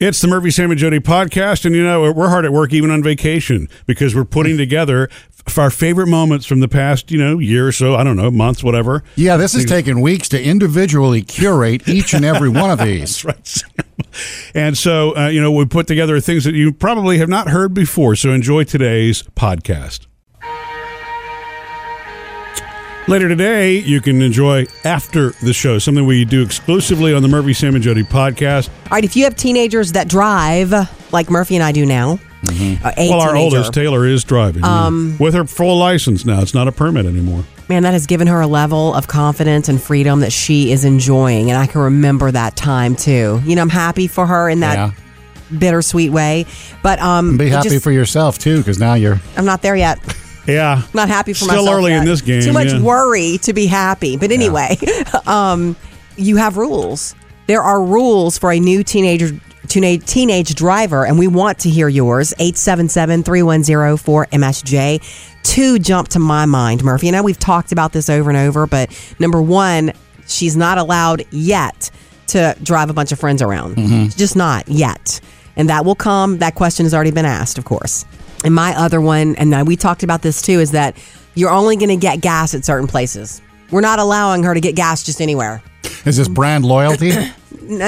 It's the Murphy, Sam, and Jody podcast, and you know we're hard at work even on vacation because we're putting together f- our favorite moments from the past, you know, year or so. I don't know, months, whatever. Yeah, this has taken weeks to individually curate each and every one of these. That's right, Sam. And so uh, you know we put together things that you probably have not heard before. So enjoy today's podcast. Later today, you can enjoy after the show, something we do exclusively on the Murphy, Sam, and Jody podcast. All right, if you have teenagers that drive, like Murphy and I do now, Mm-hmm. uh, a Well, our teenager, oldest Taylor is driving yeah. with her full license now. It's not a permit anymore. man, that has given her a level of confidence and freedom that she is enjoying. And I can remember that time too. You know, I'm happy for her in that Yeah. bittersweet way, but um, Be it happy just- for yourself too, because now you're. I'm not there yet. Yeah, not happy for Still myself. early yet. in this game, Too much yeah. worry to be happy. But anyway, um, you have rules. There are rules for a new teenager teenage, teenage driver, and we want to hear yours. 877-310-4MSJ. Two jump to my mind, Murphy. And I know we've talked about this over and over, but number one, she's not allowed yet to drive a bunch of friends around. Just not yet. And that will come. That question has already been asked, of course. And my other one, and I- we talked about this too, is that you're only going to get gas at certain places. We're not allowing her to get gas just anywhere. Is this brand loyalty? N-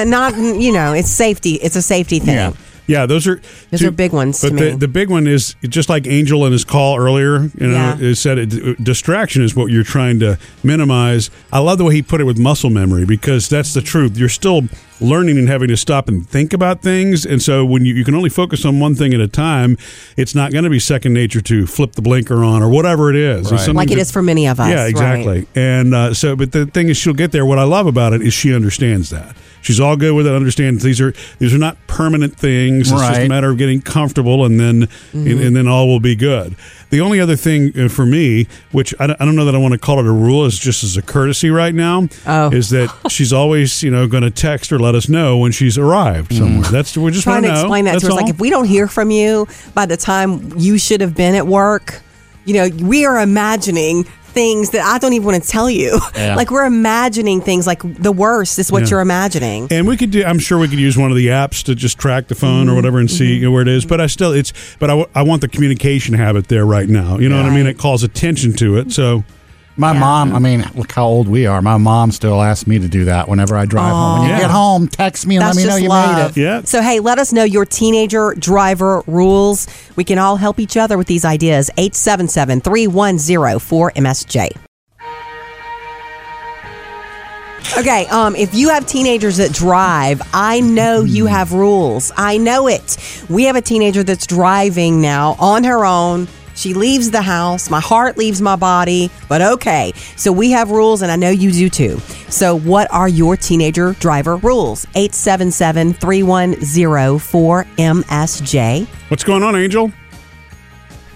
Not, you know, it's safety. It's a safety thing. Yeah. yeah. Those are Those are big ones to But the, me. the big one is just like Angel in his call earlier. You know, Yeah. it said it, distraction is what you're trying to minimize. I love the way he put it with muscle memory because that's the truth. You're still learning and having to stop and think about things, and so when you, you can only focus on one thing at a time, it's not going to be second nature to flip the blinker on or whatever it is. And Right. sometimes Like it is for many of us. Yeah, right? exactly. And uh, so, but the thing is, she'll get there. What I love about it is she understands that. She's all good with it. Understands these are these are not permanent things. It's just a Right. matter of getting comfortable, and then and, Mm-hmm. and then all will be good. The only other thing uh, for me, which I don't, I don't know that I want to call it a rule, is just as a courtesy right now, Oh. is that she's always you know going to text or let us know when she's arrived somewhere. That's we just Mm. Trying want to know. explain that That's to her. It's all. Like, if we don't hear from you by the time you should have been at work, you know, we are imagining things that I don't even want to tell you. Yeah. like, we're imagining things like the worst is what Yeah. you're imagining. And we could do. I'm sure we could use one of the apps to just track the phone Mm-hmm. or whatever and see where it is. But I still, it's. But I, w- I want the communication habit there right now. You know what I mean? Right. It calls attention to it. So My mom, I mean, look how old we are. My mom still asks me to do that whenever I drive home. When you Aw. get home, text me and Oh. That's let me know just you love. made it. Yeah. So hey, let us know your teenager driver rules. We can all help each other with these ideas. 877-310-4MSJ. Okay, um, if you have teenagers that drive, I know you have rules. I know it. We have a teenager that's driving now on her own. She leaves the house. My heart leaves my body, but okay. So we have rules, and I know you do too. So, what are your teenager driver rules? 877 310 4MSJ. what's going on, Angel?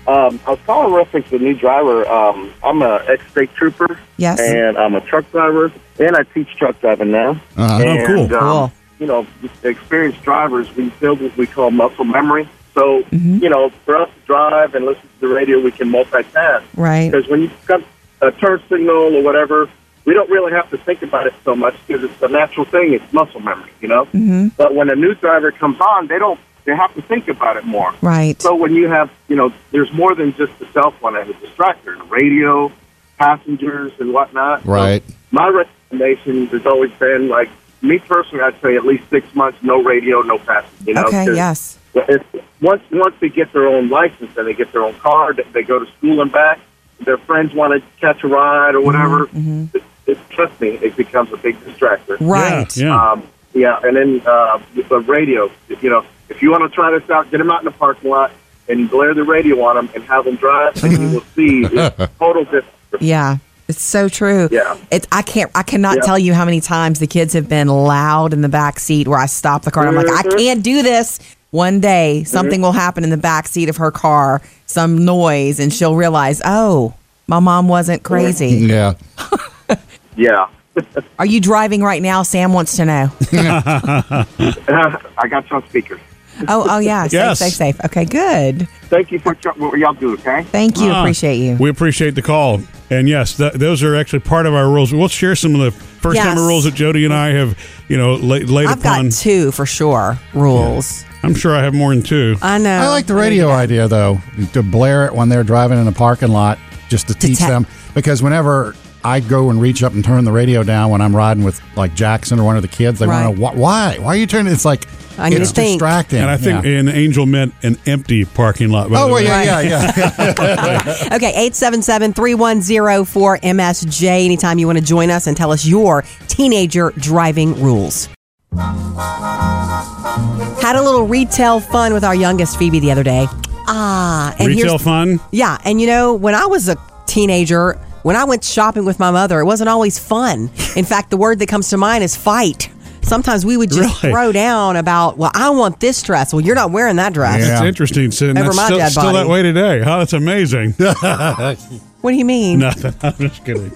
Um, I was calling reference to the new driver. Um, I'm a ex-state trooper. Yes. And I'm a truck driver, and I teach truck driving now. Uh-huh. Oh, And, cool. um, Cool. You know, experienced drivers, we build what we call muscle memory. So, Mm-hmm. you know, for us to drive and listen to the radio, we can multitask. Right. Because when you got a turn signal or whatever, we don't really have to think about it so much because it's a natural thing. It's muscle memory, you know. Mm-hmm. But when a new driver comes on, they don't. They have to think about it more. Right. So when you have, you know, there's more than just the cell phone as a distractor, radio, passengers, and whatnot. So Right. my recommendation has always been like me personally. I'd say at least six months, no radio, no passenger. You know, Okay, 'cause yes. if, once once they get their own license and they get their own car, they- they go to school and back. Their friends want to catch a ride or whatever. It, it, trust me, it becomes a big distractor. Mm-hmm, Right. Uh, Yeah. yeah. Um, yeah, and then uh, with the radio. You know, if you want to try this out, get them out in the parking lot and blare the radio on them and have them drive, and you will see it's total difference. Yeah. It's so true. Yeah. It's I can't I cannot Yeah. tell you how many times the kids have been loud in the back seat where I stop the car and I'm like, I Mhm. can't do this. One day Mm-hmm. something will happen in the back seat of her car, some noise, and she'll realize, Oh, my mom wasn't Mm-hmm. crazy. Yeah. Yeah. Are you driving right now? Sam wants to know. I got you on speaker. oh, oh yeah. Safe, Yes. safe, safe. Okay, good. Thank you for tr- what y'all do, okay? Thank you. Ah, Appreciate you. We appreciate the call. And yes, th- those are actually part of our rules. We'll share some of the First Yes. timer rules that Jody and I have, you know, la- laid I've upon. got two for sure rules. I'm sure I have more than two. I know. I like the radio idea though to blare it when they're driving in a parking lot just to, teach te- them because whenever I go and reach up and turn the radio down when I'm riding with like Jackson or one of the kids, they want Right. to why why are you turning? It's like I need it's to think. distracting. and I think Yeah. an angel meant an empty parking lot. by Oh the well, way. yeah, yeah, yeah. Okay, 877 3104 MSJ. Anytime you want to join us and tell us your teenager driving rules. Had a little retail fun with our youngest Phoebe the other day. Ah, and Retail here's, fun. yeah, and you know, when I was a teenager, when I went shopping with my mother, it wasn't always fun. In fact, the word that comes to mind is fight. Sometimes we would just Really? throw down about, well, I want this dress. Well, you're not wearing that dress. That's Yeah. interesting. Sin. Over That's my still, dead still that body. way today. Huh? That's amazing. What do you mean? Nothing. I'm just kidding.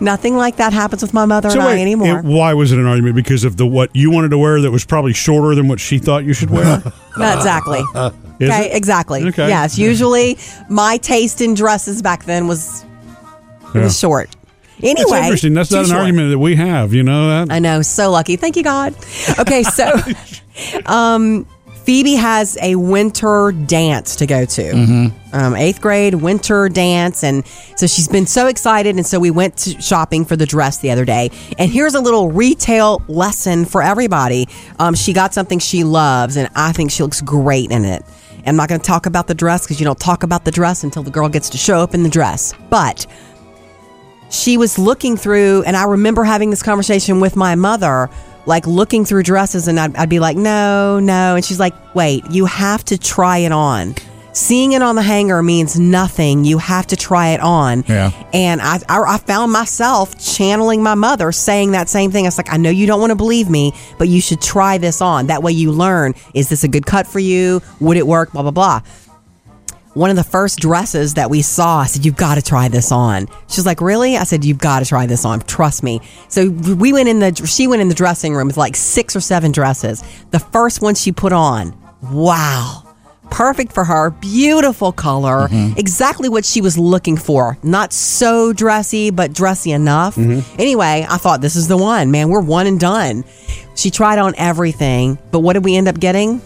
Nothing like that happens with my mother and I wait, anymore. it- why was it an argument? Because of the what you wanted to wear that was probably shorter than what she thought you should wear. Not exactly. Uh, Is okay, it? exactly. Okay. Yes, usually my taste in dresses back then was it was Yeah. short. Anyway, It's interesting. That's too not an short. argument that we have. You know that. I know. So lucky. Thank you, God. Okay, so um, Phoebe has a winter dance to go to. Um, eighth grade winter dance. And so she's been so excited. And so we went to shopping for the dress the other day. And here's a little retail lesson for everybody. Um, she got something she loves, and I think she looks great in it. I'm not going to talk about the dress because you don't talk about the dress until the girl gets to show up in the dress. But she was looking through, and I remember having this conversation with my mother, like looking through dresses, and I'd, I'd be like, no, no. And she's like, wait, you have to try it on. Seeing it on the hanger means nothing. You have to try it on. Yeah. And I, I, I found myself channeling my mother saying that same thing. I was like, I know you don't want to believe me, but you should try this on. That way you learn is this a good cut for you? Would it work? Blah, blah, blah one of the first dresses that we saw, I said, You've got to try this on. She was like, Really? I said, You've got to try this on. Trust me. So we went in the, she went in the dressing room with like six or seven dresses. The first one she put on, wow. Perfect for her, beautiful color, Mm-hmm. exactly what she was looking for. Not so dressy, but dressy enough. Mm-hmm. Anyway, I thought this is the one, man. We're one and done. She tried on everything, but what did we end up getting?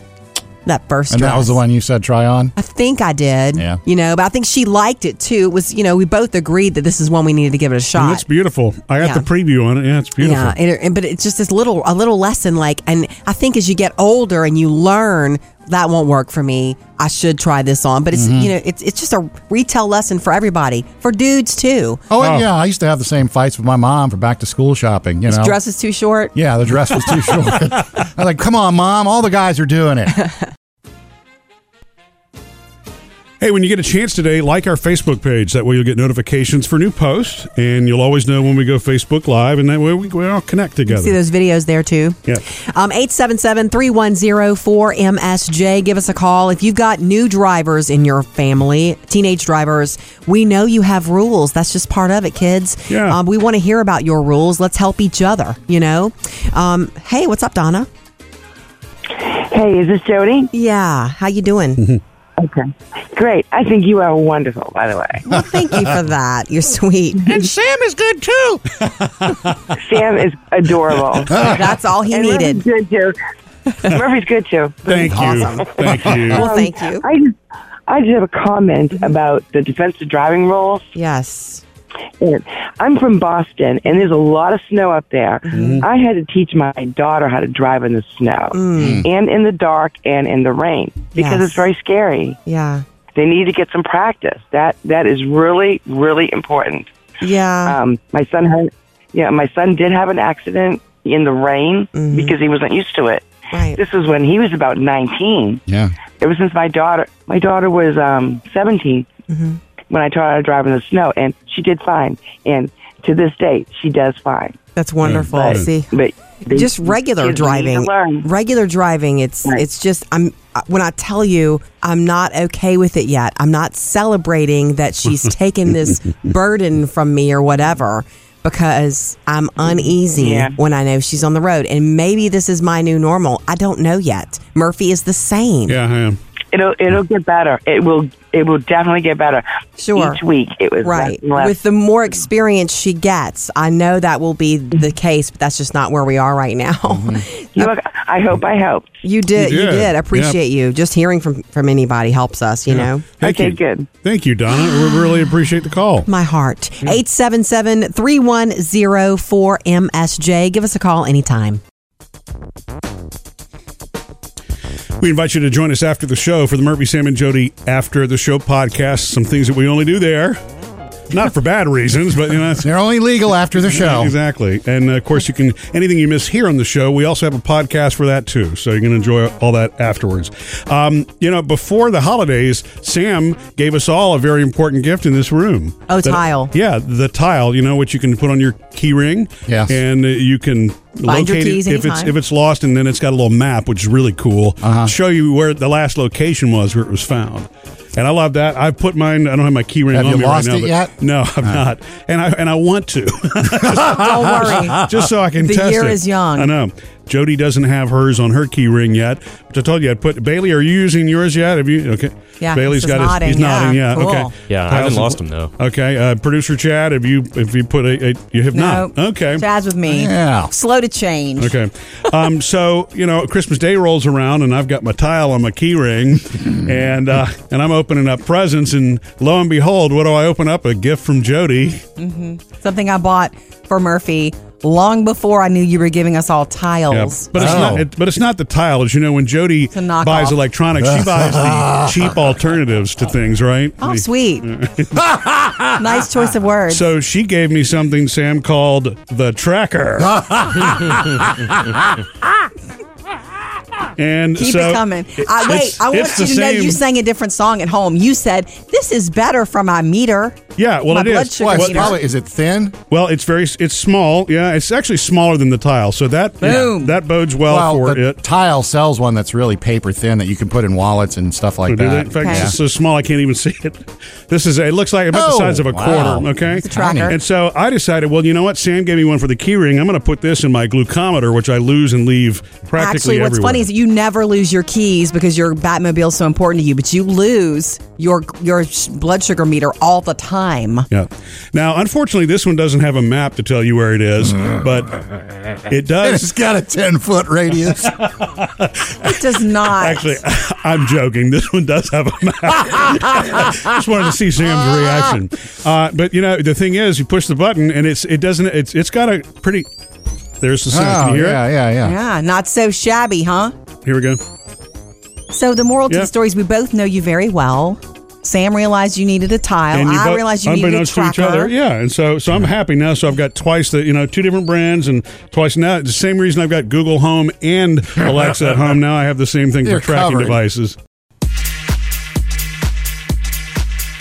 That first And dress. that was the one you said try on. I think I did. Yeah. You know, but I think she liked it too. It was, you know, we both agreed that this is one we needed to give it a And shot. That's beautiful. I got Yeah. the preview on it. Yeah, it's beautiful. Yeah, and, and- but it's just this little a little lesson like and I think as you get older and you learn that won't work for me, I should try this on. But it's Mm-hmm. you know, it's it's just a retail lesson for everybody, for dudes too. Oh, and yeah, I used to have the same fights with my mom for back to school shopping. You know, Dress is too short. yeah, the dress was too short. I was like, come on, mom, all the guys are doing it. Hey, when you get a chance today, like our Facebook page. That way you'll get notifications for new posts, and you'll always know when we go Facebook Live, and that way we, we all connect See together. those videos there too. Oh, Yeah. Um, 877-310-4MSJ. Give us a call. If you've got new drivers in your family, teenage drivers, we know you have rules. That's just part of it, kids. Yeah. Um, we want to hear about your rules. Let's help each other, you know? Um, hey, what's up, Donna? Hey, is this Jody? Yeah. How you doing? Okay. Great. I think you are wonderful, by the way. well, thank you for that. You're sweet. Sam is adorable. That's all he and Murphy's needed. good too. Murphy's good too. Um, Thank you. Thank you. Well, thank you. I just I just have a comment about the defensive driving rules. Yes. And I'm from Boston and there's a lot of snow up there. Mm-hmm. I had to teach my daughter how to drive in the snow and in the dark and in the rain because Mm. Yes. it's very scary. Yeah. They need to get some practice. That that is really really important. Yeah. Um, my son had, yeah, my son did have an accident in the rain Mm-hmm. because he wasn't used to it. right. This was when he was about 19. Yeah. Ever since my daughter, my daughter was um, 17 Mm-hmm. when I taught her how to drive in the snow, and she did fine. And to this day, she does fine. That's wonderful. Right. See. But they- just regular kids need to driving learn. regular driving it's Right. it's just i'm uh, when i tell you i'm not okay with it yet i'm not celebrating that she's taken this burden from me or whatever because i'm uneasy Yeah. when i know she's on the road and maybe this is my new normal i don't know yet murphy is the same Yeah, I am. It'll it'll get better. It will it will definitely get better. Sure. Each week it was Right. less and less. With the more experience she gets, I know that will be the case, but that's just not where we are right now. You know, I hope I helped. You did. You You did. did. Appreciate you. Just hearing from from anybody helps us. You know. Thank Okay, you. good. Thank you, Donna. We really appreciate the call. My heart. 877 310 4MSJ. Give us a call anytime. We invite you to join us after the show for the Murphy, Sam, and Jody After the Show podcast. Some things that we only do there. Not for bad reasons, but you know, it's- They're only legal after the show. Exactly. And uh, of course, you can, anything you miss here on the show, we also have a podcast for that too. So you can enjoy all that afterwards. Um, you know, before the holidays, Sam gave us all a very important gift in this room. Oh, That- tile. Yeah, the tile, you know, which you can put on your key ring. Yes. And uh, you can Find your locate keys it if it's, anytime. if it's lost. And then it's got a little map, which is really cool. Uh-huh. Show you where the last location was, where it was found. And I love that. I put mine, I don't have my key ring Have on you me lost right now. it but- yet? No, I've not. And I, and I want to. Don't worry. just so I can The test year it. is young. I know. Jody doesn't have hers on her key ring yet, which I told you I'd put. Bailey, are you using yours yet? Have you? Okay. Yeah, Bailey's he's got nodding, his. He's nodding. yeah, Yeah. cool. Okay. Yeah, I haven't Kyle's- lost him, though. Okay. Uh, Producer Chad, have you? If you put a, a you have not. No. Okay. Chad's with me. Yeah. Slow to change. Okay. Um, so, you know, Christmas Day rolls around and I've got my tile on my key ring and uh, and I'm opening up presents and lo and behold, what do I open up? A gift from Jody. Something I bought for Murphy long before I knew you were giving us all tiles. But it's Oh. not. It, but it's not the tiles. You know, when Jody a knockoff. buys electronics, she buys the cheap alternatives to things, right? Oh, The- sweet. nice choice of words. So she gave me something Sam called the tracker. and Keep so it coming. I, wait, it's- I want it's you the to know same- you sang a different song at home. You said, This is better for my meter. Yeah, well, my it is. blood sugar Well, it's meter. probably, is it thin? Well, it's very it's small. Yeah, it's actually smaller than the tile. So that Boom. that bodes well, well, for the it. tile sells one that's really paper thin that you can put in wallets and stuff like Do they? that. In fact, Okay. it's so small I can't even see it. This is a, it looks like about the Oh, size of a wow. quarter. Okay, It's a tracker. And so I decided, well, you know what? Sam gave me one for the key ring. I'm going to put this in my glucometer, which I lose and leave practically Actually, what's everywhere. funny is you never lose your keys because your Batmobile's so important to you, but you lose your your sh- blood sugar meter all the time. yeah. Now, unfortunately, this one doesn't have a map to tell you where it is, but it does. It's got a 10 foot radius. It does not. Actually, I'm joking. This one does have a map. Just wanted to see Sam's reaction. Uh, but you know, the thing is, you push the button and it's it doesn't it's it's got a pretty. There's the sound. Can Oh, you hear yeah, it? yeah, yeah. yeah, not so shabby, huh? Here we go. So the moral to Yeah. the story is we both know you very well. Sam realized you needed a tile. you Oh, I both- realized you needed a unbeknownst tracker. to each other. Yeah, and so so I'm happy now. So I've got twice the you know two different brands and twice now the same reason I've got Google Home and Alexa at home. Now I have the same thing You're for tracking covered. devices.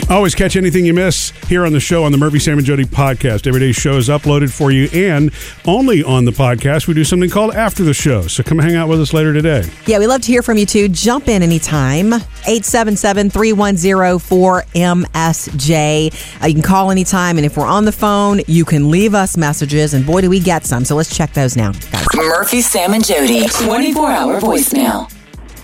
Always catch anything you miss here on the show on the Murphy, Sam, and Jody podcast. Every day's show is uploaded for you, and only on the podcast, we do something called After the Show. So come hang out with us later today. Yeah, we love to hear from you too. Jump in anytime. 877-310-4MSJ. Uh, you can call anytime. And if we're on the phone, you can leave us messages. And boy, do we get some. So let's check those now. Guys. Murphy, Sam, and Jody. 24 hour voicemail.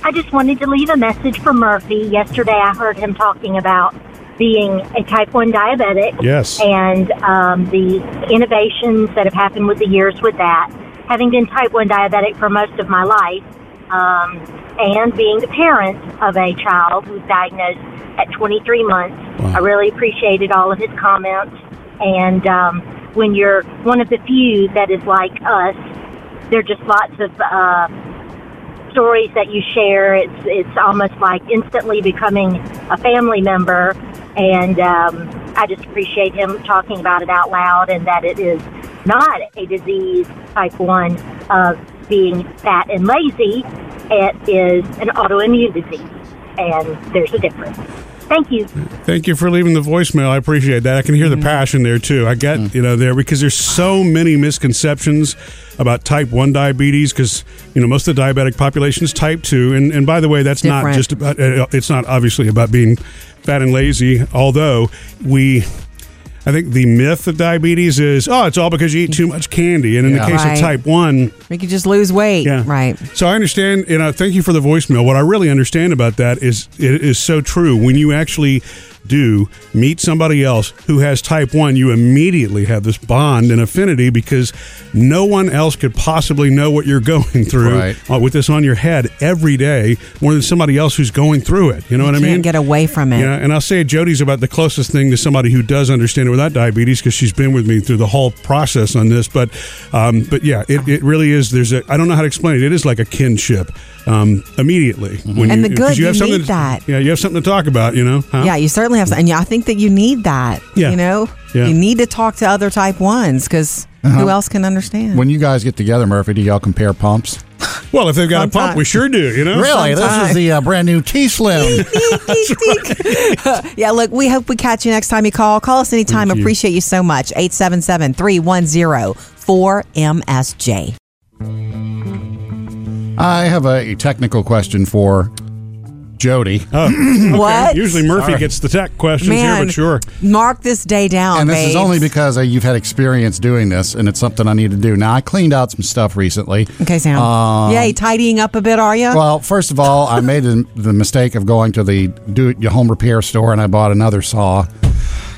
I just wanted to leave a message for Murphy. Yesterday, I heard him talking about being a type 1 diabetic. Yes. And um, the innovations that have happened with the years with that. Having been type 1 diabetic for most of my life, um, and being the parent of a child who was diagnosed at 23 months, I really appreciated all of his comments. And um, when you're one of the few that is like us, there are just lots of. Uh, stories that you share. It's it's almost like instantly becoming a family member, and um, I just appreciate him talking about it out loud and that it is not a disease type one of being fat and lazy. It is an autoimmune disease, and there's a difference. Thank you. Thank you for leaving the voicemail. I appreciate that. I can hear the Mm-hmm. passion there too. I get Mm. you know there because there's so many misconceptions about type one diabetes because you know most of the diabetic population is type two, and and by the way, that's not Different. just uh, about. uh, It's not obviously about being fat and lazy, although we. I think the myth of diabetes is, oh, it's all because you eat too much candy. And in Yeah. the case Right. of type 1, We could just lose weight. yeah. Right. So I understand, and I thank you for the voicemail. What I really understand about that is it is so true. When you actually do meet somebody else who has type 1, you immediately have this bond and affinity because no one else could possibly know what you're going through Right. uh, with this on your head every day more than somebody else who's going through it. You know what I Can't mean? get away from it. Yeah, and I'll say Jody's about the closest thing to somebody who does understand it without diabetes because she's been with me through the whole process on this. But, um, but yeah, it, it really is. There's a I don't know how to explain it. It is like a kinship um, immediately when Mm-hmm. And you, the 'cause good, you have you something need to- that. Yeah, you have something to talk about. You know. Huh? Yeah, you certainly have, and yeah, I think that you need that. Yeah. You know, Yeah. Uh-huh. you need to talk to other type ones because who else can understand? When you guys get together, Murphy, do y'all compare pumps? Well, if they've got a pump, Sometimes. we sure do. You know. Really? This is the uh, brand new T Slim. yeah, look, we hope we catch you next time you call. Call us anytime. Thank you. Appreciate you so much. 877 310 4MSJ. I have a technical question for Jody. Oh. What? Usually Murphy Sorry. gets the tech questions here, Man, but sure. mark this day down. And this is babes. only because uh, you've had experience doing this, and it's something I need to do. Now, I cleaned out some stuff recently. Okay, Sam. Yay, tidying up a bit, are you? Uh, Well, first of all, I made the, the mistake of going to the do it your home repair store, and I bought another saw.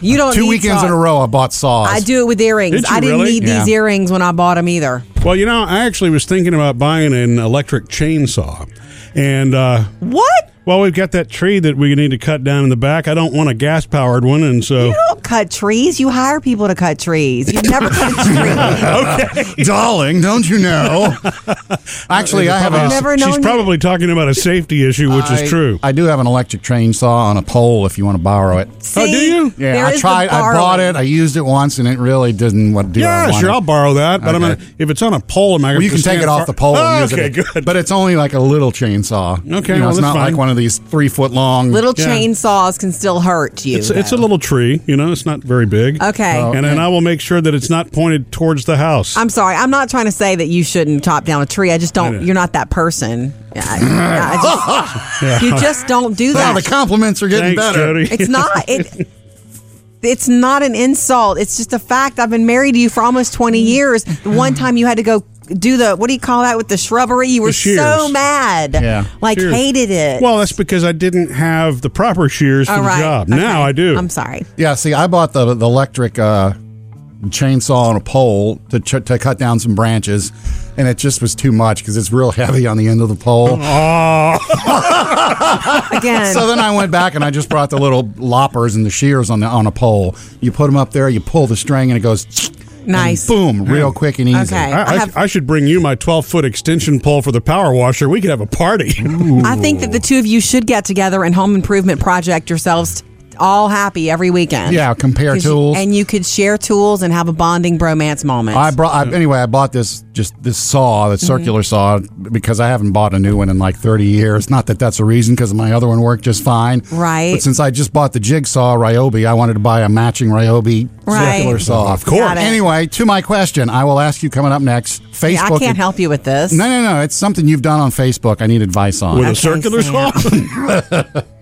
you don't Two need weekends saw- in a row, I bought saws. I do it with earrings. Did you I didn't really? need these Yeah. earrings when I bought them either. Well, you know, I actually was thinking about buying an electric chainsaw, and uh, What? Well, we've got that tree that we need to cut down in the back. I don't want a gas powered one, and so You don't cut trees. You hire people to cut trees. You've never cut a Oh, tree. darling. Don't you know? Actually, I have I've a. never known she's you- probably talking about a safety issue, which I- is true. I do have an electric chainsaw on a pole. If you want to borrow it. Oh, do See? you? Yeah, There I is the tried. I bought borrowing. it. I used it once, and it really didn't what do I yeah, wanted. sure, I'll borrow that. But I'm Okay. gonna, if it's on a pole, am I? Well, you can take it off the pole. Oh, and use okay, it. good. But it's only like a little chainsaw. You know, well, it's that's not fine. like one of these three foot long. Little Yeah. chainsaws can still hurt you. it's, it's a though. little tree, you know. It's not very big. Okay. and then I will make sure that it's not pointed towards the house. I'm sorry. I'm not trying to say that you shouldn't chop down a tree. I just I don't. know. You're not that person. I- I just- You just don't do Wow, the that. compliments are getting Thanks, better. Jody. It's not. It, it's not an insult. It's just a fact. I've been married to you for almost 20 years. The one time you had to go do the what do you call that with the shrubbery? You were so shears. mad. Yeah. Like Shears. hated it. Well, that's because I didn't have the proper shears for All the right. job. Okay. Now I do. I'm sorry. Yeah, see, I bought the, the electric uh, chainsaw on a pole to, ch- to cut down some branches, and it just was too much because it's real heavy on the end of the pole. Again. So then I went back and I just brought the little loppers and the shears on the on a pole. You put them up there, you pull the string, and it goes and Nice. boom, real quick and easy. Okay. I, I, I have- I should bring you my 12 foot extension pole for the power washer. We could have a party. I think that the two of you should get together and home improvement project yourselves all happy every weekend. Yeah, compare 'Cause- tools. And you could share tools and have a bonding bromance moment. I brought I, anyway. I bought this just this saw, Mm-hmm. that circular saw, because I haven't bought a new one in like thirty years. Not that that's a reason, because my other one worked just fine. Right. But since I just bought the jigsaw Ryobi, I wanted to buy a matching Ryobi Right. circular saw. Of course. Got it. Anyway, to my question, I will ask you coming up next. Facebook. Yeah, I can't help you with this. No, no, no. It's something you've done on Facebook. I need advice on. Uh, With Okay, a circular saw? Sam.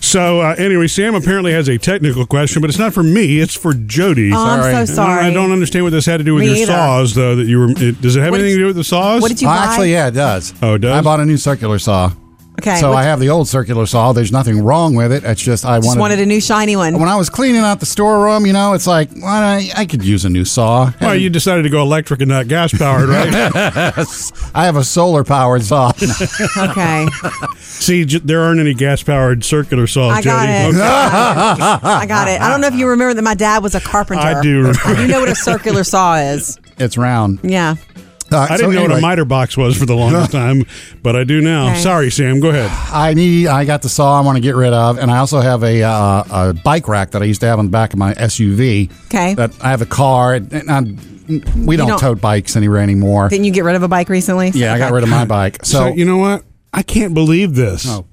so, uh, anyway, Sam apparently has a technical question, but it's not for me. It's for Jody. Oh, I'm so sorry. I don't understand what this had to do with Me your either. saws, though. That you were. It, does it have What did anything you- to do with the saws? What did you Oh, buy? actually, yeah, it does. Oh, it does? I bought a new circular saw. Okay. so what- I have the old circular saw. There's nothing wrong with it. It's just I just wanted wanted a new shiny one. when I was cleaning out the storeroom, you know, it's like why don't I, I could use a new saw. Well, you decided to go electric and not gas powered, right? I have a solar powered saw. okay. See, j- there aren't any gas powered circular saws, I got Jody. it. I got it. I don't know if you remember that my dad was a carpenter. I do remember. You know what a circular saw is. it's round. Yeah. Uh, I so didn't know what anyway, a miter box was for the longest time, but I do now. Okay. Sorry, Sam. Go ahead. I need. I got the saw. I want to get rid of, and I also have a uh, a bike rack that I used to have on the back of my SUV. Okay. That I have a car, and I'm, we don't, don't- tote bikes anywhere anymore. Didn't you get rid of a bike recently? Yeah, I got rid of my bike. So, So, you know what? I can't believe this. Oh.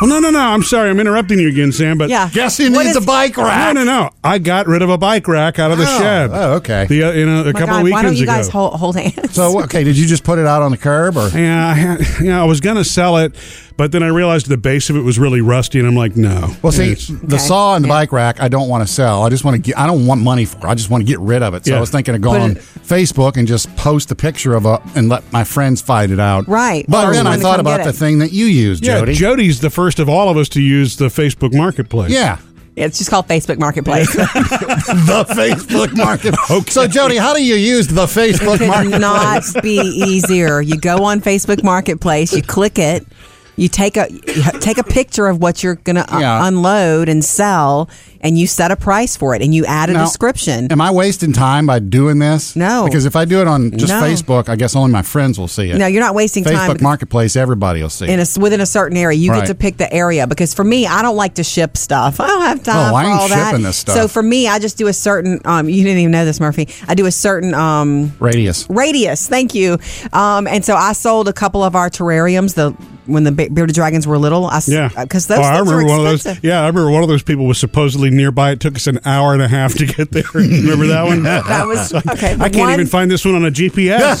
Well, no, no, no. I'm sorry. I'm interrupting you again, Sam. But Yeah. Guess who What needs is- a bike no, rack? no, no. I got rid of a bike rack out of the Oh, shed. oh, okay. The, uh, you know, a My couple God, of weekends why don't you ago. guys hold, hold hands? So okay, did you just put it out on the curb or? yeah, I had- yeah, I was gonna sell it, but then I realized the base of it was really rusty, and I'm like, no. Well, see, It's- the saw and the bike rack, I don't want to sell. I just want to get. I don't want money for. it. I just want to get rid of it. So Yeah. I was thinking of going on Facebook and just post a picture of a and let my friends fight it out. Right. But Or then I someone to thought come about get the it. thing that you used, yeah, Jody. Jody's the first of all of us to use the Facebook Marketplace. yeah. Yeah, it's just called Facebook Marketplace. the Facebook market. Okay. So, Jody, how do you use the Facebook could market? not be easier. You go on Facebook Marketplace, you click it, you take a you ha- take a picture of what you're going to Yeah. unload and sell, and you set a price for it, and you add a Now, description. Am I wasting time by doing this? No. Because if I do it on just No. Facebook, I guess only my friends will see it. No, you're not wasting Facebook time because- Marketplace, everybody will see in it. a, within a certain area. You Right. get to pick the area because for me, I don't like to ship stuff. I don't have time Oh, I for ain't all that. shipping this stuff. So for me, I just do a certain. Um, you didn't even know this, Murphy. I do a certain um, Radius. radius. Thank you. Um, and so I sold a couple of our terrariums. The when the Be- bearded dragons were little, I Yeah, because those Oh, I things remember are one of expensive. those. Yeah, I remember one of those people was supposedly nearby. It took us an hour and a half to get there. remember that one? That was okay. I the can't one- even find this one on a GPS.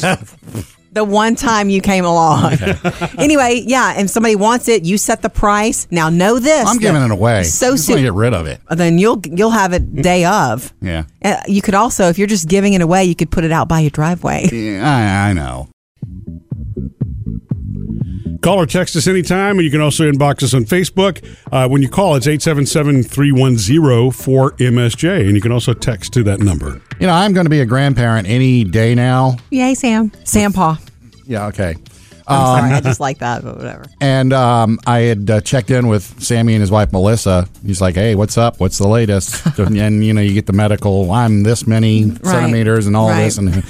the one time you came along. anyway, yeah, and somebody wants it, you set the price. Now know this: I'm giving it away. So I'm just gonna soon. get rid of it. then you'll you'll have it day of. Yeah. Uh, you could also, if you're just giving it away, you could put it out by your driveway. Yeah, I, I know. call or text us anytime, and you can also inbox us on Facebook. Uh, when you call, it's 877-310-4MSJ, and you can also text to that number. You know, I'm going to be a grandparent any day now. Yay, Sam. Sam Paw. Yeah, okay. Um, I'm sorry, I just like that, but whatever. And um, I had uh, checked in with Sammy and his wife Melissa. He's like, "Hey, what's up? What's the latest?" and you know, you get the medical. I'm this many centimeters and all Right. this and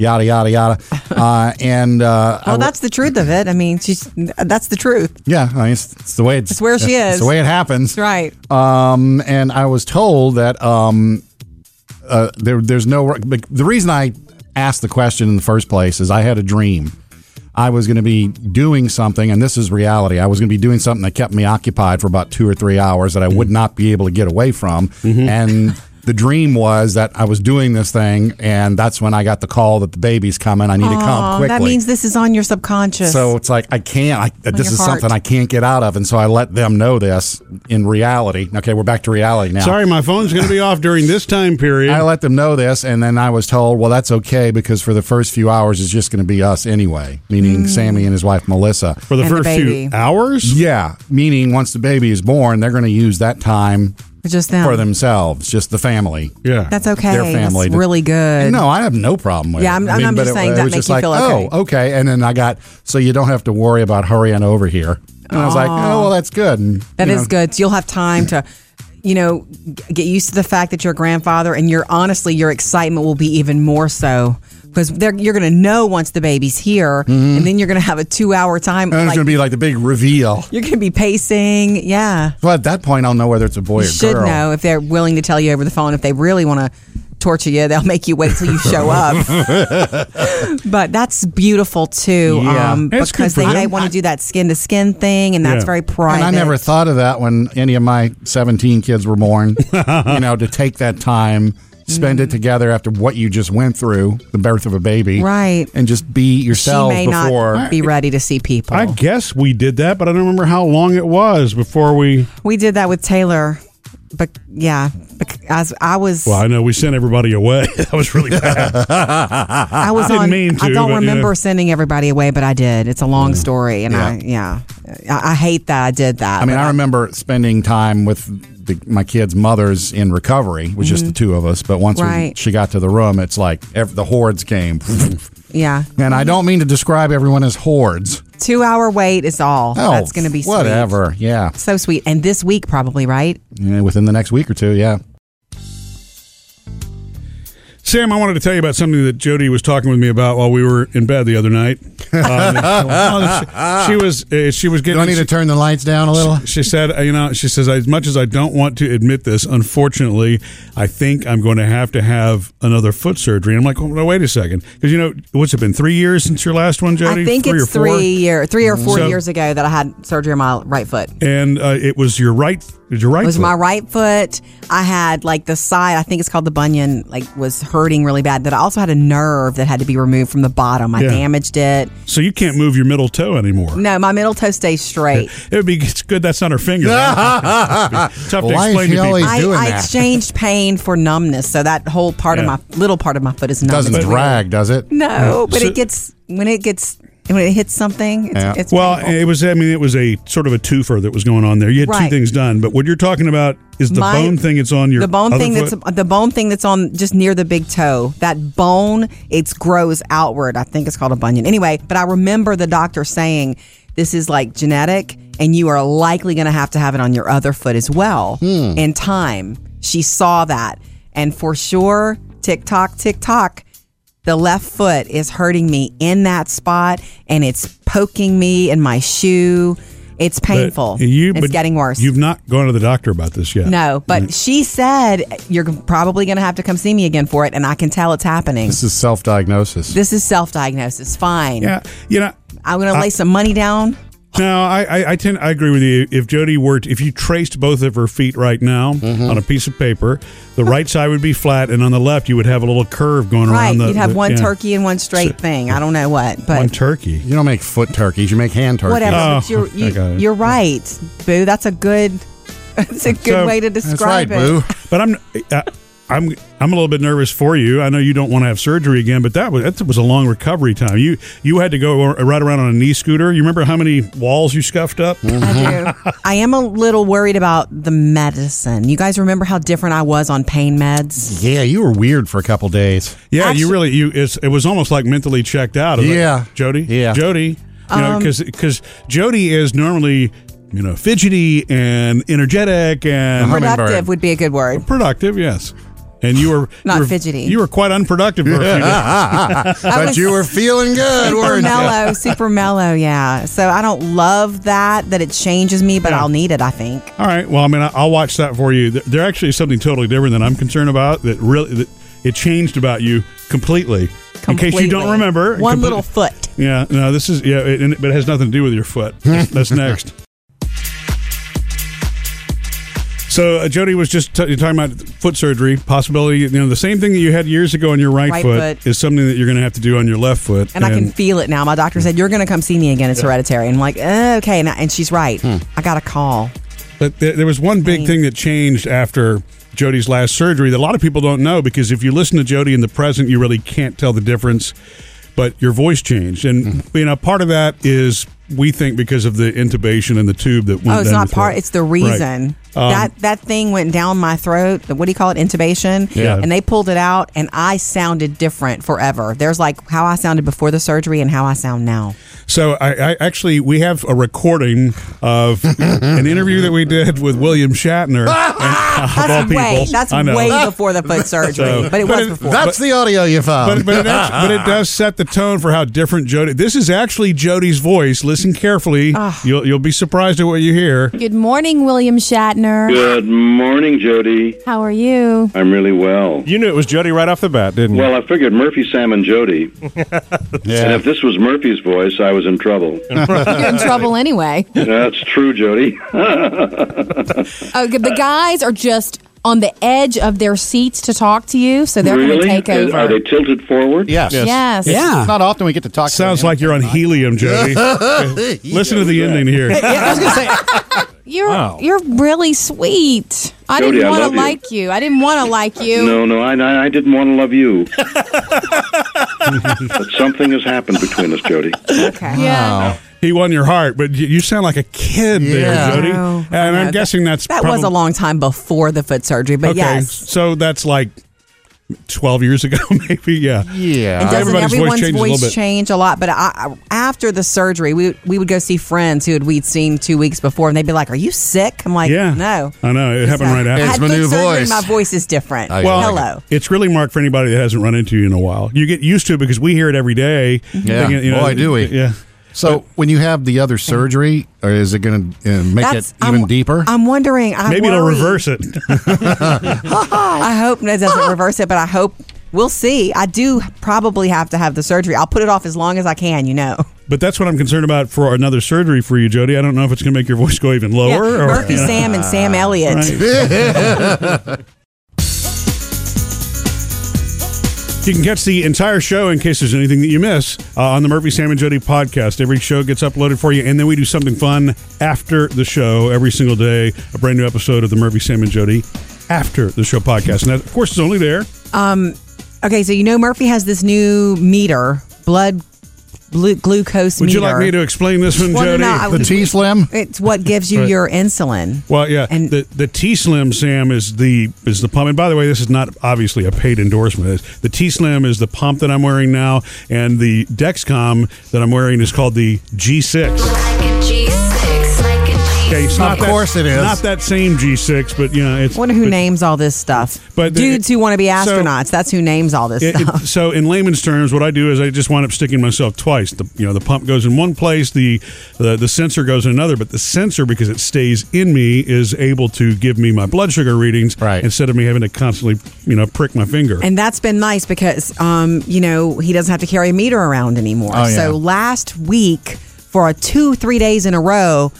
yada yada yada. Uh, and uh, I Well, w- Oh, that's the truth of it. I mean, she's that's the truth. yeah, I mean, it's, it's the way it's, It's where she it's is. the way it happens. Right. Um, and I was told that um, uh, there, there's no. but The reason I asked the question in the first place is I had a dream. I was going to be doing something, and this is reality. I was going to be doing something that kept me occupied for about two or three hours that I would not be able to get away from. And the dream was that I was doing this thing, and that's when I got the call that the baby's coming. I need to come Aw, Um, quickly. that means this is on your subconscious. So it's like I can't. I, this your is something heart. I can't get out of, and so I let them know this in reality. Okay, we're back to reality now. Sorry, my phone's going to be off during this time period. I let them know this, and then I was told, "Well, that's okay because for the first few hours, it's just going to be us anyway." Mm. Meaning Sammy and his wife Melissa. for the And the first few baby. hours? Yeah, meaning once the baby is born, they're going to use that time just them. for themselves, just the family. Yeah. That's okay. Their family That's did- really good. No, I have no problem with Yeah, it. I'm- I'm but just it- saying it that was makes just you like, feel okay. Oh, okay. And then I got so you don't have to worry about hurrying over here. And I was like, oh, well, that's good. And, That you is know, good. So you'll have time to, you know, g- get used to the fact that you're a grandfather, and your honestly, your excitement will be even more so because you're going to know once the baby's here, and then you're going to have a two-hour time. Mm-hmm. And it's like, going to be like the big reveal. you're going to be pacing. Yeah, Well, at that point, I'll know whether it's a boy you or should girl. know if they're willing to tell you over the phone. If they really want to torture you, they'll make you wait till you show up. but that's beautiful too, Yeah. um, That's good because for they them. might want to do that skin-to-skin thing, and that's Yeah. very And private. I never thought of that when any of my 17 kids were born, you know, to take that time, spend Mm. it together after what you just went through, the birth of a baby. Right. And just be yourselves she may before. not be ready to see people. I guess we did that, but I don't remember how long it was before we. we did that with Taylor, but yeah, bec- as I was, Well, I know we sent everybody away. that was really bad. I was didn't on. mean to, I don't but, you remember know. sending everybody away, but I did. It's a Mm. long story, and I yeah, I, I hate that I did that. I mean, but I remember spending time with the, my kids' mothers in recovery, it was just the two of us. But once we- Mm-hmm. Right. she got to the room, it's like ev- the hordes came. yeah, and I don't mean to describe everyone as hordes. two hour wait is all. Oh, That's going to be sweet. whatever. Yeah. So sweet, and this week probably right. Yeah, within the next week or two. Yeah. Sam, I wanted to tell you about something that Jody was talking with me about while we were in bed the other night. Um, she was uh, she was getting. Do I need to turn the lights down a little? She said, uh, you know, she says, as much as I don't want to admit this, unfortunately, I think I'm going to have to have another foot surgery. And I'm like, well, no, wait a second. Because, you know, what's it been, three years since your last one, Jody? I think three it's or four? three year, three or four So- years ago that I had surgery on my right foot. And uh, it was your right, your right It was foot. my right foot. I had like the side, I think it's called the bunion, like was hurting really bad. That I also had a nerve that had to be removed from the bottom. I Yeah. damaged it. so you can't move your middle toe anymore. No, my middle toe stays straight. It would be it's good that's not her finger. right? It'd be tough to Why is explain she to people. always- I, doing I that. exchanged pain for numbness, so that whole part Yeah. of my little part of my foot is numb. Doesn't It's weird. drag, does it? No, but So- it gets when it gets when it hits something. It's, Yeah. it's Well, painful. it was. I mean, it was a sort of a twofer that was going on there. You had two Right. things done, but what you're talking about is the My- bone thing. It's on your the bone other thing foot. that's the bone thing that's on just near the big toe. That bone it grows outward. I think it's called a bunion. Anyway, but I remember the doctor saying this is like genetic, and you are likely going to have to have it on your other foot as well in time. She saw that, and for sure, tick tock, tick tock. The left foot is hurting me in that spot, and it's poking me in my shoe. It's But painful. you- it's but getting worse. You've not gone to the doctor about Mm-hmm. this yet. No, but she said you're probably going to have to come see me again for it, and I can tell it's happening. This is self diagnosis. This is self-diagnosis. Fine. Yeah. You know. I'm going to lay some money down. No, I, I, I tend I agree with you. If Jody were to, if you traced both of her feet right now on a piece of paper, the right side would be flat, and on the left you would have a little curve going Right. around. The, You'd have the- one yeah. turkey and one straight thing. I don't know what, one but turkey. You don't make foot turkeys, you make hand turkeys. whatever. Oh, But you're, you, I got it. you're right, Boo. That's a good. That's a good So- way to That's describe right, it. boo. But I'm I, I'm I'm a little bit nervous for you. I know you don't want to have surgery again, but that was that was a long recovery time. You you had to go right around on a knee scooter. You remember how many walls you scuffed up? I Uh-huh. do. I am a little worried about the medicine. You guys remember how different I was on pain meds? Yeah, you were weird for a couple days. Yeah, you Actually- really you it's, it was almost like mentally checked out. It was like, Yeah. Jody. Yeah. Jody. You know, Um, because Jody is normally you know fidgety and energetic and Uh-huh. Hummingbird. Productive would be a good word. productive. Yes. And you were Not you were- fidgety. You were quite unproductive. for a few days. but was- you were feeling good, super weren't you? mellow, super mellow. Yeah. So I don't love that that it changes me, but I'll need it. I think. All right. Well, I mean, I- I'll watch that for you. Th- There actually is something totally different that I'm concerned about. That really, that it changed about you completely. In case you don't Completely. remember, one Comple- little foot. Yeah. No, this is yeah, it, and it- but it has nothing to do with your foot. That's next. So uh, Jody was just t- talking about foot surgery possibility. You know, the same thing that you had years ago on your right, Right foot, foot. is something that you're going to have to do on your left foot. And, I can feel it now. My doctor said you're going to come see me again. It's hereditary. And I'm like, "Uh, okay. And, I- and she's right. Hmm. I got a call. But there, there was one big thing that changed after Jody's last surgery that a lot of people don't know because if you listen to Jody in the present, you really can't tell the difference. But your voice changed, and you know part of that is we think because of the intubation and the tube that went. oh, it's down not your part. throat. It's the Right. reason Um, that that thing went down my throat. the- What do you call it? Intubation. Yeah. And they pulled it out, and I sounded different forever. There's like how I sounded before the surgery and how I sound now. So I, I actually we have a recording of an interview that we did with William Shatner. and, of all That's people, way. That's I know. way before the foot surgery, So- but it But was it- before. That's the audio you But, found. but, it actually, but it does set the tone for how different Jody. This is actually Jody's voice. Listen carefully. You'll you'll be surprised at what you hear. Good morning, William Shatner. Good morning, Jody. How are you? I'm really well. You knew it was Jody right off the bat, didn't you? Well, I figured Murphy, Sam, and Jody. And yeah. if this was Murphy's voice, I was in trouble. You're in trouble anyway. That's true, Jody. Oh, good- the guys are just on the edge of their seats to talk to you, so they're really? going to take Is- over. Are they tilted forward? Yes. Yes. It's not often we get to talk. to Sounds him. like you're on helium, Jody. Uh, Listen to the ending here. Yeah, I was gonna say. You're Wow. you're really sweet. I Jody, I didn't want love to you. like you. I didn't want to like you. No, no, I- I, I didn't want to love you. but something has happened between us, Jody. Okay. Oh. uh, Yeah. He won your heart, but you, you sound like a kid Yeah. there, Jody. Oh, I and know. I'm That- guessing that's That was probab- a long time before the foot surgery, but Okay, yes. so that's like 12 years ago, maybe. Yeah. Yeah. And doesn't Uh, Everybody's voice everyone's voice, changes a little bit. change a lot? But I, I- after the surgery, we we would go see friends who had we'd seen two weeks before, and they'd be like, "Are you sick?" I'm like, Yeah. no." I know. It happened So- right after. I It's had my foot new surgery, voice. My voice is different. Well, hello. It's really Mark for anybody that hasn't run into you in a while. You get used to it because we hear it every day. Yeah. Thinking, you know, Boy, do we. Yeah. So when you have the other surgery, or is it going to uh, make That's- it even I'm- deeper? I'm wondering. I Maybe it'll worry. reverse it. I hope it Ah. doesn't reverse it, but I hope we'll see. I do probably have to have the surgery. I'll put it off as long as I can. You know. But that's what I'm concerned about for another surgery for you, Jody. I don't know if it's going to make your voice go even Yeah, lower. or, Murphy, Sam, and Sam Elliott. Right. You can catch the entire show in case there's anything that you miss uh, on the Murphy, Sam, and Jody podcast. Every show gets uploaded for you, and then we do something fun after the show every single day. A brand new episode of the Murphy, Sam, and Jody after the show podcast. And that, of course, is only there. Um, okay, so you know Murphy has this new meter, blood glu- glucose Would meter. you like me to explain this one, Well, no, Jody? no, I would- Slim? It's what gives you Right. your insulin. Well, yeah, the the T Slim Sam is the is the pump. And by the way, this is not obviously a paid endorsement. It's- The T Slim is the pump that I'm wearing now, and the Dexcom that I'm wearing is called the G6. Okay, it's not Of that- course it is. not that same G6, but you know it's. Wonder who but- names all this stuff. But the- dudes who want to be so- astronauts, that's who names all this It- it- stuff. so in layman's terms, what I do is I just wind up sticking myself twice. The you know the pump goes in one place, the the, the sensor goes in another, but the sensor because it stays in me is able to give me my blood sugar readings right. instead of me having to constantly you know prick my finger. And that's been nice because, um, you know, he doesn't have to carry a meter around anymore. Oh, yeah. So last week, for a two, three days in a row,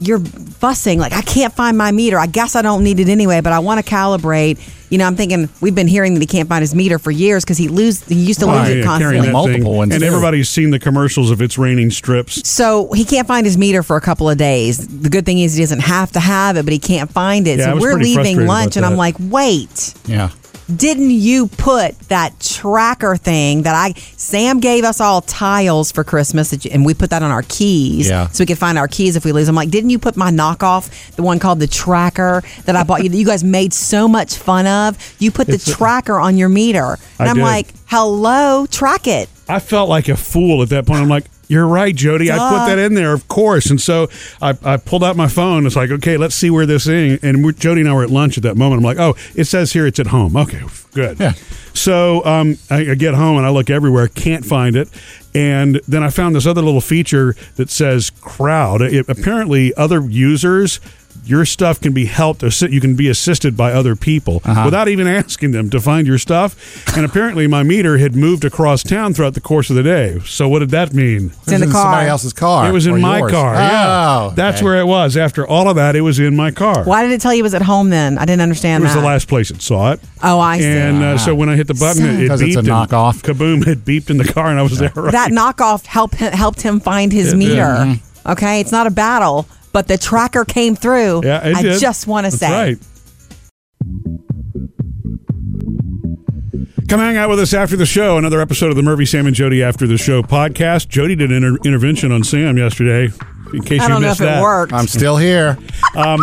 you're fussing like I can't find my meter. I guess I don't need it anyway, but I want to calibrate. You know, I'm thinking we've been hearing that he can't find his meter for years because he lose he used to lose it Oh, yeah, carrying constantly. that thing. and everybody's seen the commercials of it's raining strips. So he can't find his meter for a couple of days. The good thing is he doesn't have to have it, but he can't find it. Yeah, I so was we're pretty leaving frustrated about lunch, and I'm that. like, wait. Yeah. Didn't you put that tracker thing that I Sam gave us all tiles for Christmas, that you- and we put that on our keys, Yeah. so we could find our keys if we lose. I'm like, didn't you put my knockoff, the one called the tracker that I bought you that you guys made so much fun of? You put the It's a- tracker on your meter, and I I'm did. like, hello, track it. I felt like a fool at that point. I'm like, you're right, Jody. I Duh. put that in there, of course. And so I, I pulled out my phone. It's like, okay, let's see where this is. And we're, Jody and I were at lunch at that moment. I'm like, oh, it says here it's at home. Okay, good. Yeah. So um, I, I get home and I look everywhere, can't find it. And then I found this other little feature that says crowd. It, apparently, other users, your stuff can be helped, assi- you can be assisted by other people without even asking them to find your stuff. And apparently, my meter had moved across town throughout the course of the day. So, what did that mean? It's in the It was in car. somebody else's car It was or in my yours. car. yeah. Oh, okay. That's where it was. After all of that, it was in my car. Why did it tell you it was at home then? I didn't It understand was that. the last place it saw it. Oh, I see. And uh, so when I hit the button, it, it Because beeped. it's a and Kaboom! It beeped in the car, and I was there. Right. that knockoff helped him, helped him find his It did. meter. Mhm. Okay, it's not a battle, but the tracker came through. Yeah, it I did. just want to That's say, right. Come hang out with us after the show. Another episode of the Murphy, Sam, and Jody After the Show podcast. Jody did an inter- intervention on Sam yesterday. In case I you don't know missed if it that, worked. I'm still here. Um,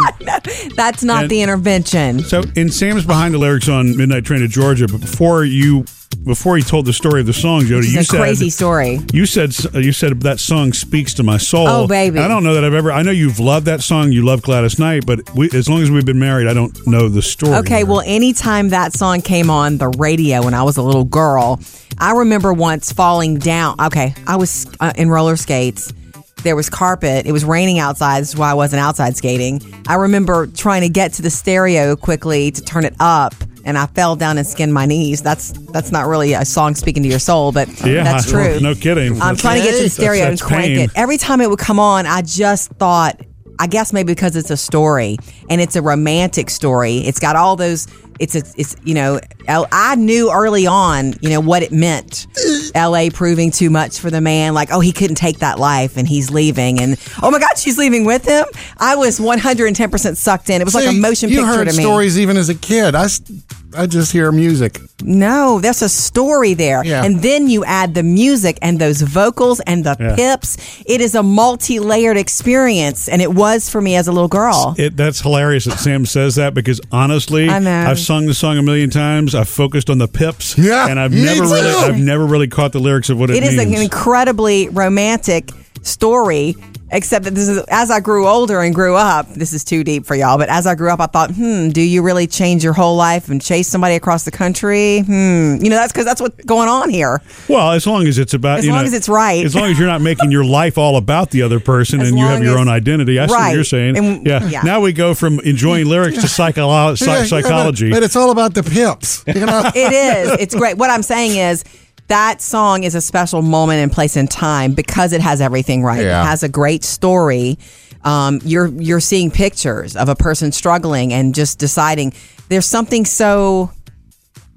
that's not And- the intervention. so, and Sam's behind the lyrics on "Midnight Train to Georgia." But before you, before he told the story of the song, Jody, It's you a said crazy story. You said you said that song speaks to my soul. Oh, baby. I don't know that I've ever. I know you've loved that song. You love Gladys Knight, but we, as long as we've been married, I don't know the story. Okay, well, anytime that song came on the radio when I was a little girl, I remember once falling down. Okay, I was uh, in roller skates. There was carpet. It was raining outside. This is why I wasn't outside skating. I remember trying to get to the stereo quickly to turn it up, and I fell down and skinned my knees. That's that's not really a song speaking to your soul, but yeah, that's true. No kidding. I'm trying to get to the That's- stereo that's and crank pain. it. Every time it would come on, I just thought, I guess maybe because it's a story and it's a romantic story. It's got all those. It's a, it's you know L- I knew early on you know what it meant. L.A. proving too much for the man, like oh he couldn't take that life and he's leaving and oh my God she's leaving with him. I was 110 percent sucked in. It was like a See, motion you picture heard to me. stories even as a kid. I, s- I just hear music. No, that's a story there. Yeah. And then you add the music and those vocals and the Yeah. pips. It is a multi layered experience. And it was for me as a little girl. It, that's hilarious that Sam says that because honestly, I know. I've sung the song a million times. I've focused on the pips, Yeah, and I've me never really, too. I've never really caught the lyrics of what it, it is means. an incredibly romantic story. Except that this is as I grew older and grew up. This is too deep for y'all, but as I grew up, I thought, hmm, do you really change your whole life and chase somebody across the country? Hmm, you know that's because that's what's going on here. well, as long as it's about, As you long know, as it's right. as long as you're not making your life all about the other person As and you have long your as- own identity. I see what right. you're saying. And- yeah. yeah. Now we go from enjoying lyrics to psycholo- psy- Yeah, yeah, but- psychology. but, it's all about the pips. You know? It is. It's great. What I'm saying is that song is a special moment and place in time because it has everything right. Yeah. It has a great story. Um, you're you're seeing pictures of a person struggling and just deciding there's something so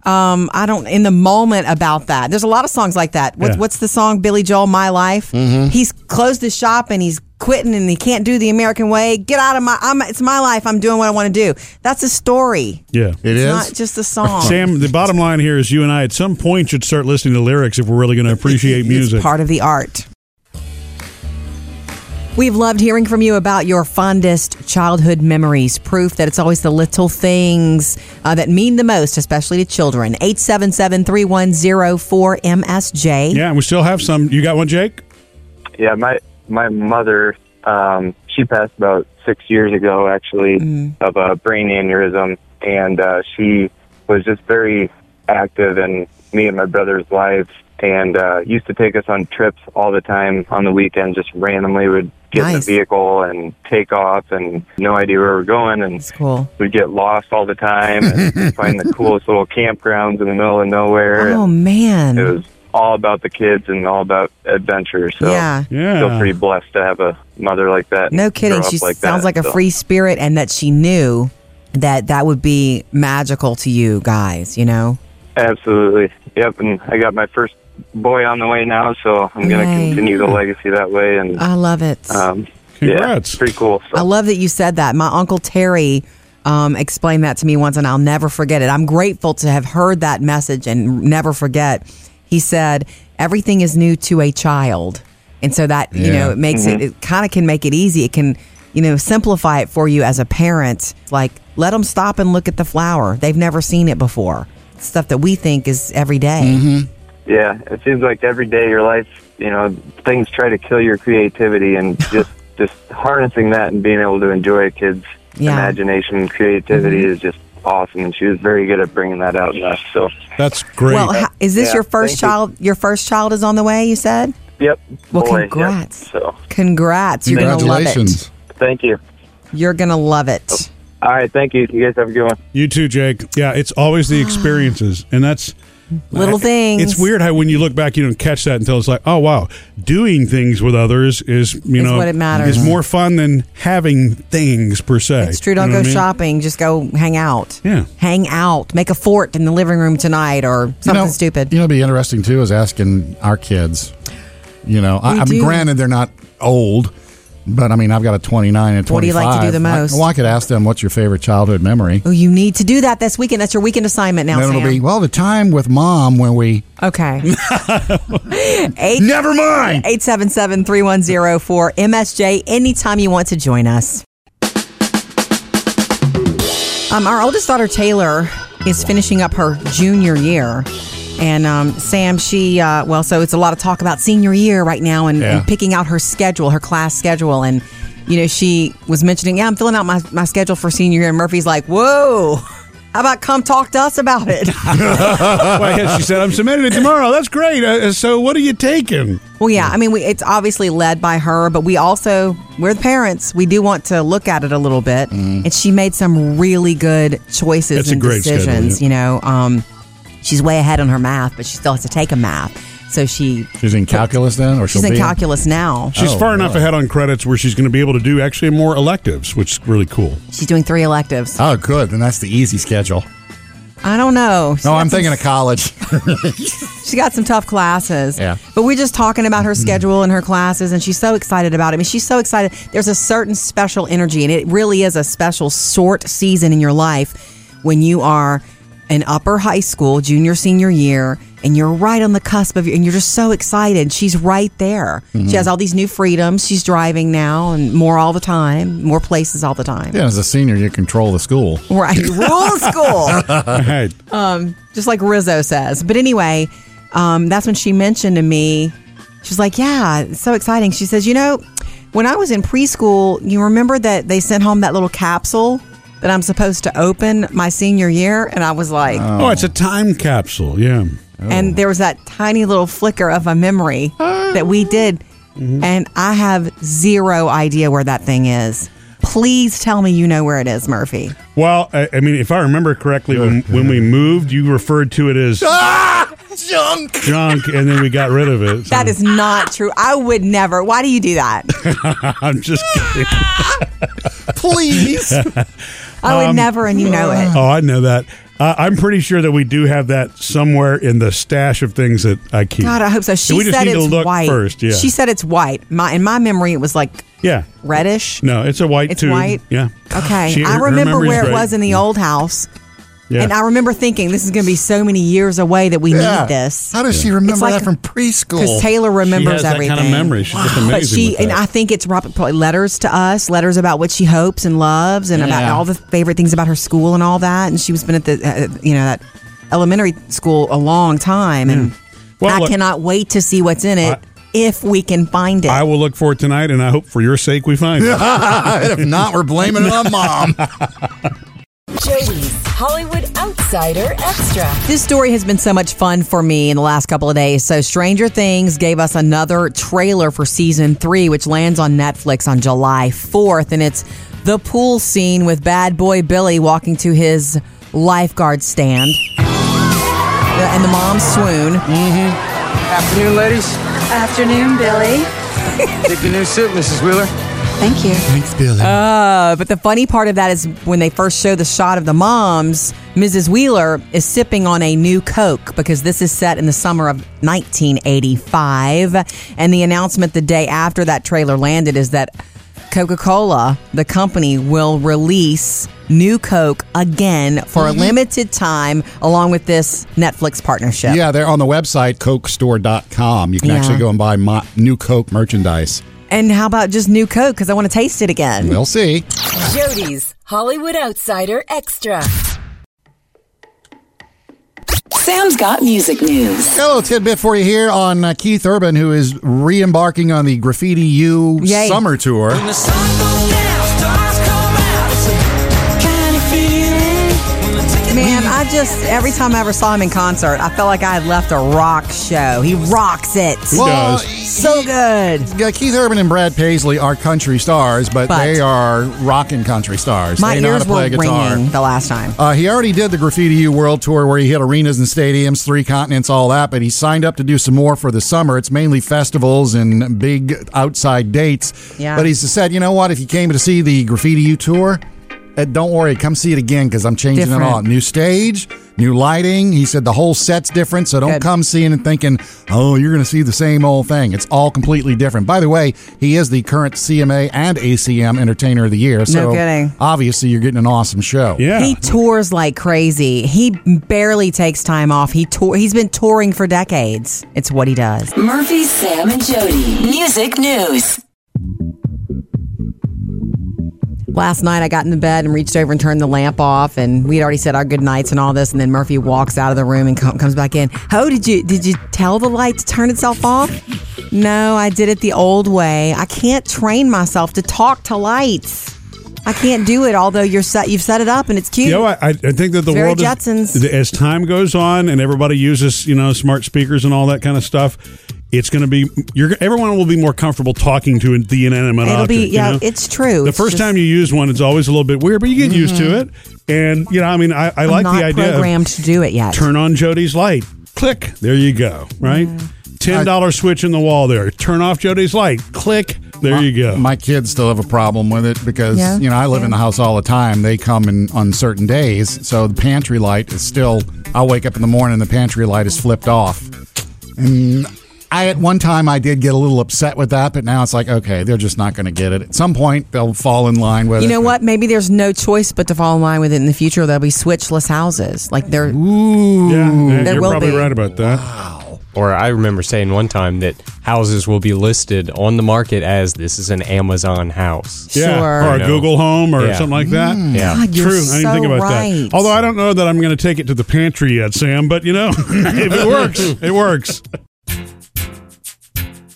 um, I don't in the moment about that. There's a lot of songs like that. What's, Yeah. what's the song Billy Joel My Life? Mm-hmm. He's closed his shop and he's quitting and he can't do the American way. Get out of my I'm it's my life. I'm doing what I want to do. That's a story. yeah. It It's is? not just a song. Sam, the bottom line here is you and I at some point should start listening to lyrics if we're really going to appreciate music. It's part of the art. We've loved hearing from you about your fondest childhood memories, proof that it's always the little things uh, that mean the most, especially to children. 877 310 yeah, and we still have some. You got one, Jake? Yeah, my my mother, um, she passed about six years ago, actually, of a brain aneurysm, and uh, she was just very active in me and my brother's lives, and uh, used to take us on trips all the time on the weekends. Just randomly would get in Nice. the vehicle and take off, and no idea where we're going, and Cool. we'd get lost all the time, and find the coolest little campgrounds in the middle of nowhere. Oh, and man. it was all about the kids and all about adventure. So Yeah. Yeah. feel pretty blessed to have a mother like that. No and kidding. grow up She like sounds that. like a So, free spirit and that she knew that that would be magical to you guys, you know? Absolutely. Yep. And I got my first boy on the way now, so I'm going to Yay. continue the legacy that way. And I love it. um, Congrats. yeah, pretty cool. So. I love that you said that. My uncle Terry um, explained that to me once, and I'll never forget it. I'm grateful to have heard that message and never forget. He said, "Everything is new to a child," and so that you Yeah. know it makes Mm-hmm. it, it kind of can make it easy. It can you know simplify it for you as a parent. Like let them stop and look at the flower; they've never seen it before. Stuff that we think is every day. Yeah, it seems like every day of your life, you know, things try to kill your creativity, and just just harnessing that and being able to enjoy a kid's Yeah. Mm-hmm. imagination and creativity is just awesome. And she was very good at bringing that out in us. So, That's great. Well, ho- is this Yeah, your first thank you. child? Your first child is on the way. You said, yep. "Well, boy, yep. congrats! So, Congrats! You're gonna love it." Congratulations. thank you. You're gonna love Oh. it. All right, thank you. You guys have a good one. You too, Jake. Yeah, it's always the experiences, and that's Ah. Little things. It's weird how when you look back, you don't catch that until it's like, oh wow, doing things with others is you Is know what it matters. is more fun than having things per se. It's true. You know Don't what go I mean? shopping. Just go hang out. Yeah. Hang out. Make a fort in the living room tonight or something you know, stupid. You know, it'd be interesting too is asking our kids. You know, I, We I mean, do. granted they're not old, but I mean, I've got a twenty nine and What twenty do you five. like to do the most? I, well, I could ask them what's your favorite childhood memory. oh, you need to do that this weekend. That's your weekend assignment now, And then Sam. it'll be well the time with mom when we okay. Eight, never mind. 877 3104 MSJ, anytime you want to join us. Um, our oldest daughter, Taylor, is finishing up her junior year. And um, Sam, she, uh, well, so it's a lot of talk about senior year right now and, Yeah. and picking out her schedule, her class schedule. And, you know, she was mentioning, yeah, I'm filling out my, my schedule for senior year. And Murphy's like, whoa, how about come talk to us about it? Why, yes, she said, I'm submitting it tomorrow. That's great. Uh, so what are you taking? Well, yeah. I mean, we, it's obviously led by her, but we also, we're the parents. We do want to look at it a little bit. And she made some really good choices That's a and great schedule, decisions, you know. Um, she's way ahead on her math, but she still has to take a math. So she She's in calculus then, or she's she'll in be calculus now. She's Oh, far enough really? ahead on credits where she's going to be able to do actually more electives, which is really cool. She's doing three electives. Oh, good. Then that's the easy schedule. I don't know. She's No, got I'm some- thinking of college. She got some tough classes. Yeah. Mm-hmm. But we're just talking about her schedule and her classes, and she's so excited about it. I mean, she's so excited. There's a certain special energy, and it really is a special short season in your life when you are in upper high school, junior, senior year, and you're right on the cusp of your, and you're just so excited. She's right there. Mhm. She has all these new freedoms. She's driving now and more all the time, more places all the time. Yeah, as a senior, you control the school. Right. You Rule school. right. um, just like Rizzo says. But anyway, um, that's when she mentioned to me, she's like, "Yeah, it's so exciting." She says, "You know, when I was in preschool, you remember that they sent home that little capsule that I'm supposed to open my senior year?" And I was like, Oh, it's a time capsule. Yeah. and there was that tiny little flicker of a memory that we did. And I have zero idea where that thing is. Please tell me you know where it is, Murphy. Well, I, I mean, if I remember correctly, when, when we moved, you referred to it as Ah, junk. junk, and then we got rid of it. so- That is not true. I would never. Why do you do that? I'm just kidding. Please. I would Um, never, and you know it. Oh, I know that. Uh, I'm pretty sure that we do have that somewhere in the stash of things that I keep. God, I hope so. She we just said need it's to look white. first. Yeah. She said it's white. My in my memory, it was like yeah. reddish. No, it's a white It's tube. white? Yeah. Okay, She- I her remember memory's where it great. was in the old house. Yeah. And I remember thinking, this is going to be so many years away that we Yeah. need this. How does she remember that from preschool? Because Taylor She remembers has that kind everything. of memory. She's just But amazing she with and that. I think it's Robert probably letters to us, letters about what she hopes and loves, and about Yeah. all the favorite things about her school and all that. And she was been at the uh, you know that elementary school a long time, Mm. and Well, I look- cannot wait to see what's in it if we can find it. I will look for it tonight, and I hope for your sake we find it. And if not, we're blaming it on mom. Jody's Hollywood Outsider Extra. This story has been so much fun for me in the last couple of days. So, Stranger Things gave us another trailer for season three, which lands on Netflix on July 4th. And it's the pool scene with bad boy Billy walking to his lifeguard stand. Yeah, And the mom swoon. Afternoon, ladies. Afternoon, Billy. Take the new suit, Mrs. Wheeler. Thank you. Thanks, Billy. Uh, but the funny part of that is when they first show the shot of the moms, Mrs. Wheeler is sipping on a new Coke because this is set in the summer of 1985. And the announcement the day after that trailer landed is that Coca Cola, the company, will release new Coke again for a limited time along with this Netflix partnership. Yeah, they're on the website, cokestore.com. You can Yeah. actually go and buy my, new Coke merchandise. And how about just new Coke? Because I want to taste it again. We'll see. Jody's Hollywood Outsider Extra. Sam's got music news. Got a little tidbit for you here on uh, Keith Urban, who is re embarking on the Graffiti U Yay. summer tour. When the sun goes down, stars come out. It's a kind of feeling. When the ticket Man, I just every time I ever saw him in concert, I felt like I had left a rock show. He rocks it. so good. Yeah, uh, Keith Urban and Brad Paisley are country stars, but, But- they are rockin' country stars. My they know how ears to play were guitar. ringing the last time. Uh, he already did the Graffiti U World Tour where he hit arenas and stadiums, three continents, all that, but he signed up to do some more for the summer. It's mainly festivals and big outside dates. Yeah. But he's said, you know what? If you came to see the Graffiti U Tour, uh, don't worry, come see it again because I'm changing it all. Different. New stage, new lighting. He said the whole set's different, so don't come seeing and thinking, oh, you're going to see the same old thing. It's all completely different. By the way, he is the current CMA and ACM Entertainer of the Year. So kidding. obviously, you're getting an awesome show. He tours like crazy. He barely takes time off. He tour he's been touring for decades. It's what he does. Murphy, Sam, and Jody. Music news. Last night I got in the bed and reached over and turned the lamp off and we'd already said our good nights and all this and then Murphy walks out of the room and com- comes back in. "Oh, did you did you tell the light to turn itself off?" "No, I did it the old way. I can't train myself to talk to lights. I can't do it although you're set you've set it up and it's cute." You know, I, I I think that the Very world is- Jetsons. as time goes on and everybody uses you know smart speakers and all that kind of stuff. It's going to be you're everyone will be more comfortable talking to the inanimate It'll object. be you yeah, know? it's true. The It's first just- Mm-hmm. time you use one, it's always a little bit weird, but you get used to it. And you know, I mean, I, I I'm like not the idea. programmed of to do it yet. Turn on Jody's light. Click. There you go. Right. Mm-hmm. Ten dollar switch in the wall. There. Turn off Jody's light. Click. There you go. My kids still have a problem with it because Yeah, you know I live in the house all the time. They come in on certain days, so the pantry light is still. I'll wake up in the morning, the pantry light is flipped off, and I at one time I did get a little upset with that, but now it's like okay, they're just not going to get it. At some point, they'll fall in line with You it. know what? Maybe there's no choice but to fall in line with it in the future. There'll be switchless houses. Like there, yeah, there you're will probably be. right about that. Or I remember saying one time that houses will be listed on the market as this is an Amazon house. Yeah, or a You know? Google Home or Yeah. something like that. Yeah. true. Mm. God, you're I didn't think so about right. that. Although I don't know that I'm going to take it to the pantry yet, Sam. But you know, if it works, it works.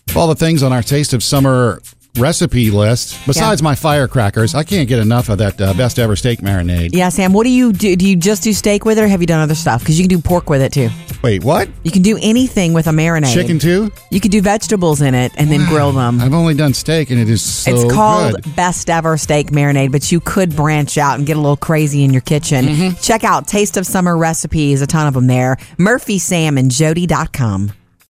Of all the things on our Taste of Summer recipe list, besides my firecrackers, I can't get enough of that uh, best ever steak marinade. Yeah, Sam. What do you do? Do you just do steak with it, or have you done other stuff? Because you can do pork with it too. Wait, what? You can do anything with a marinade. Chicken too? You can do vegetables in it and then grill them. I've only done steak, and it is so it's called good. best ever steak marinade, but you could branch out and get a little crazy in your kitchen. Mm-hmm. Check out Taste of Summer recipes, a ton of them there. MurphySamandJody.com.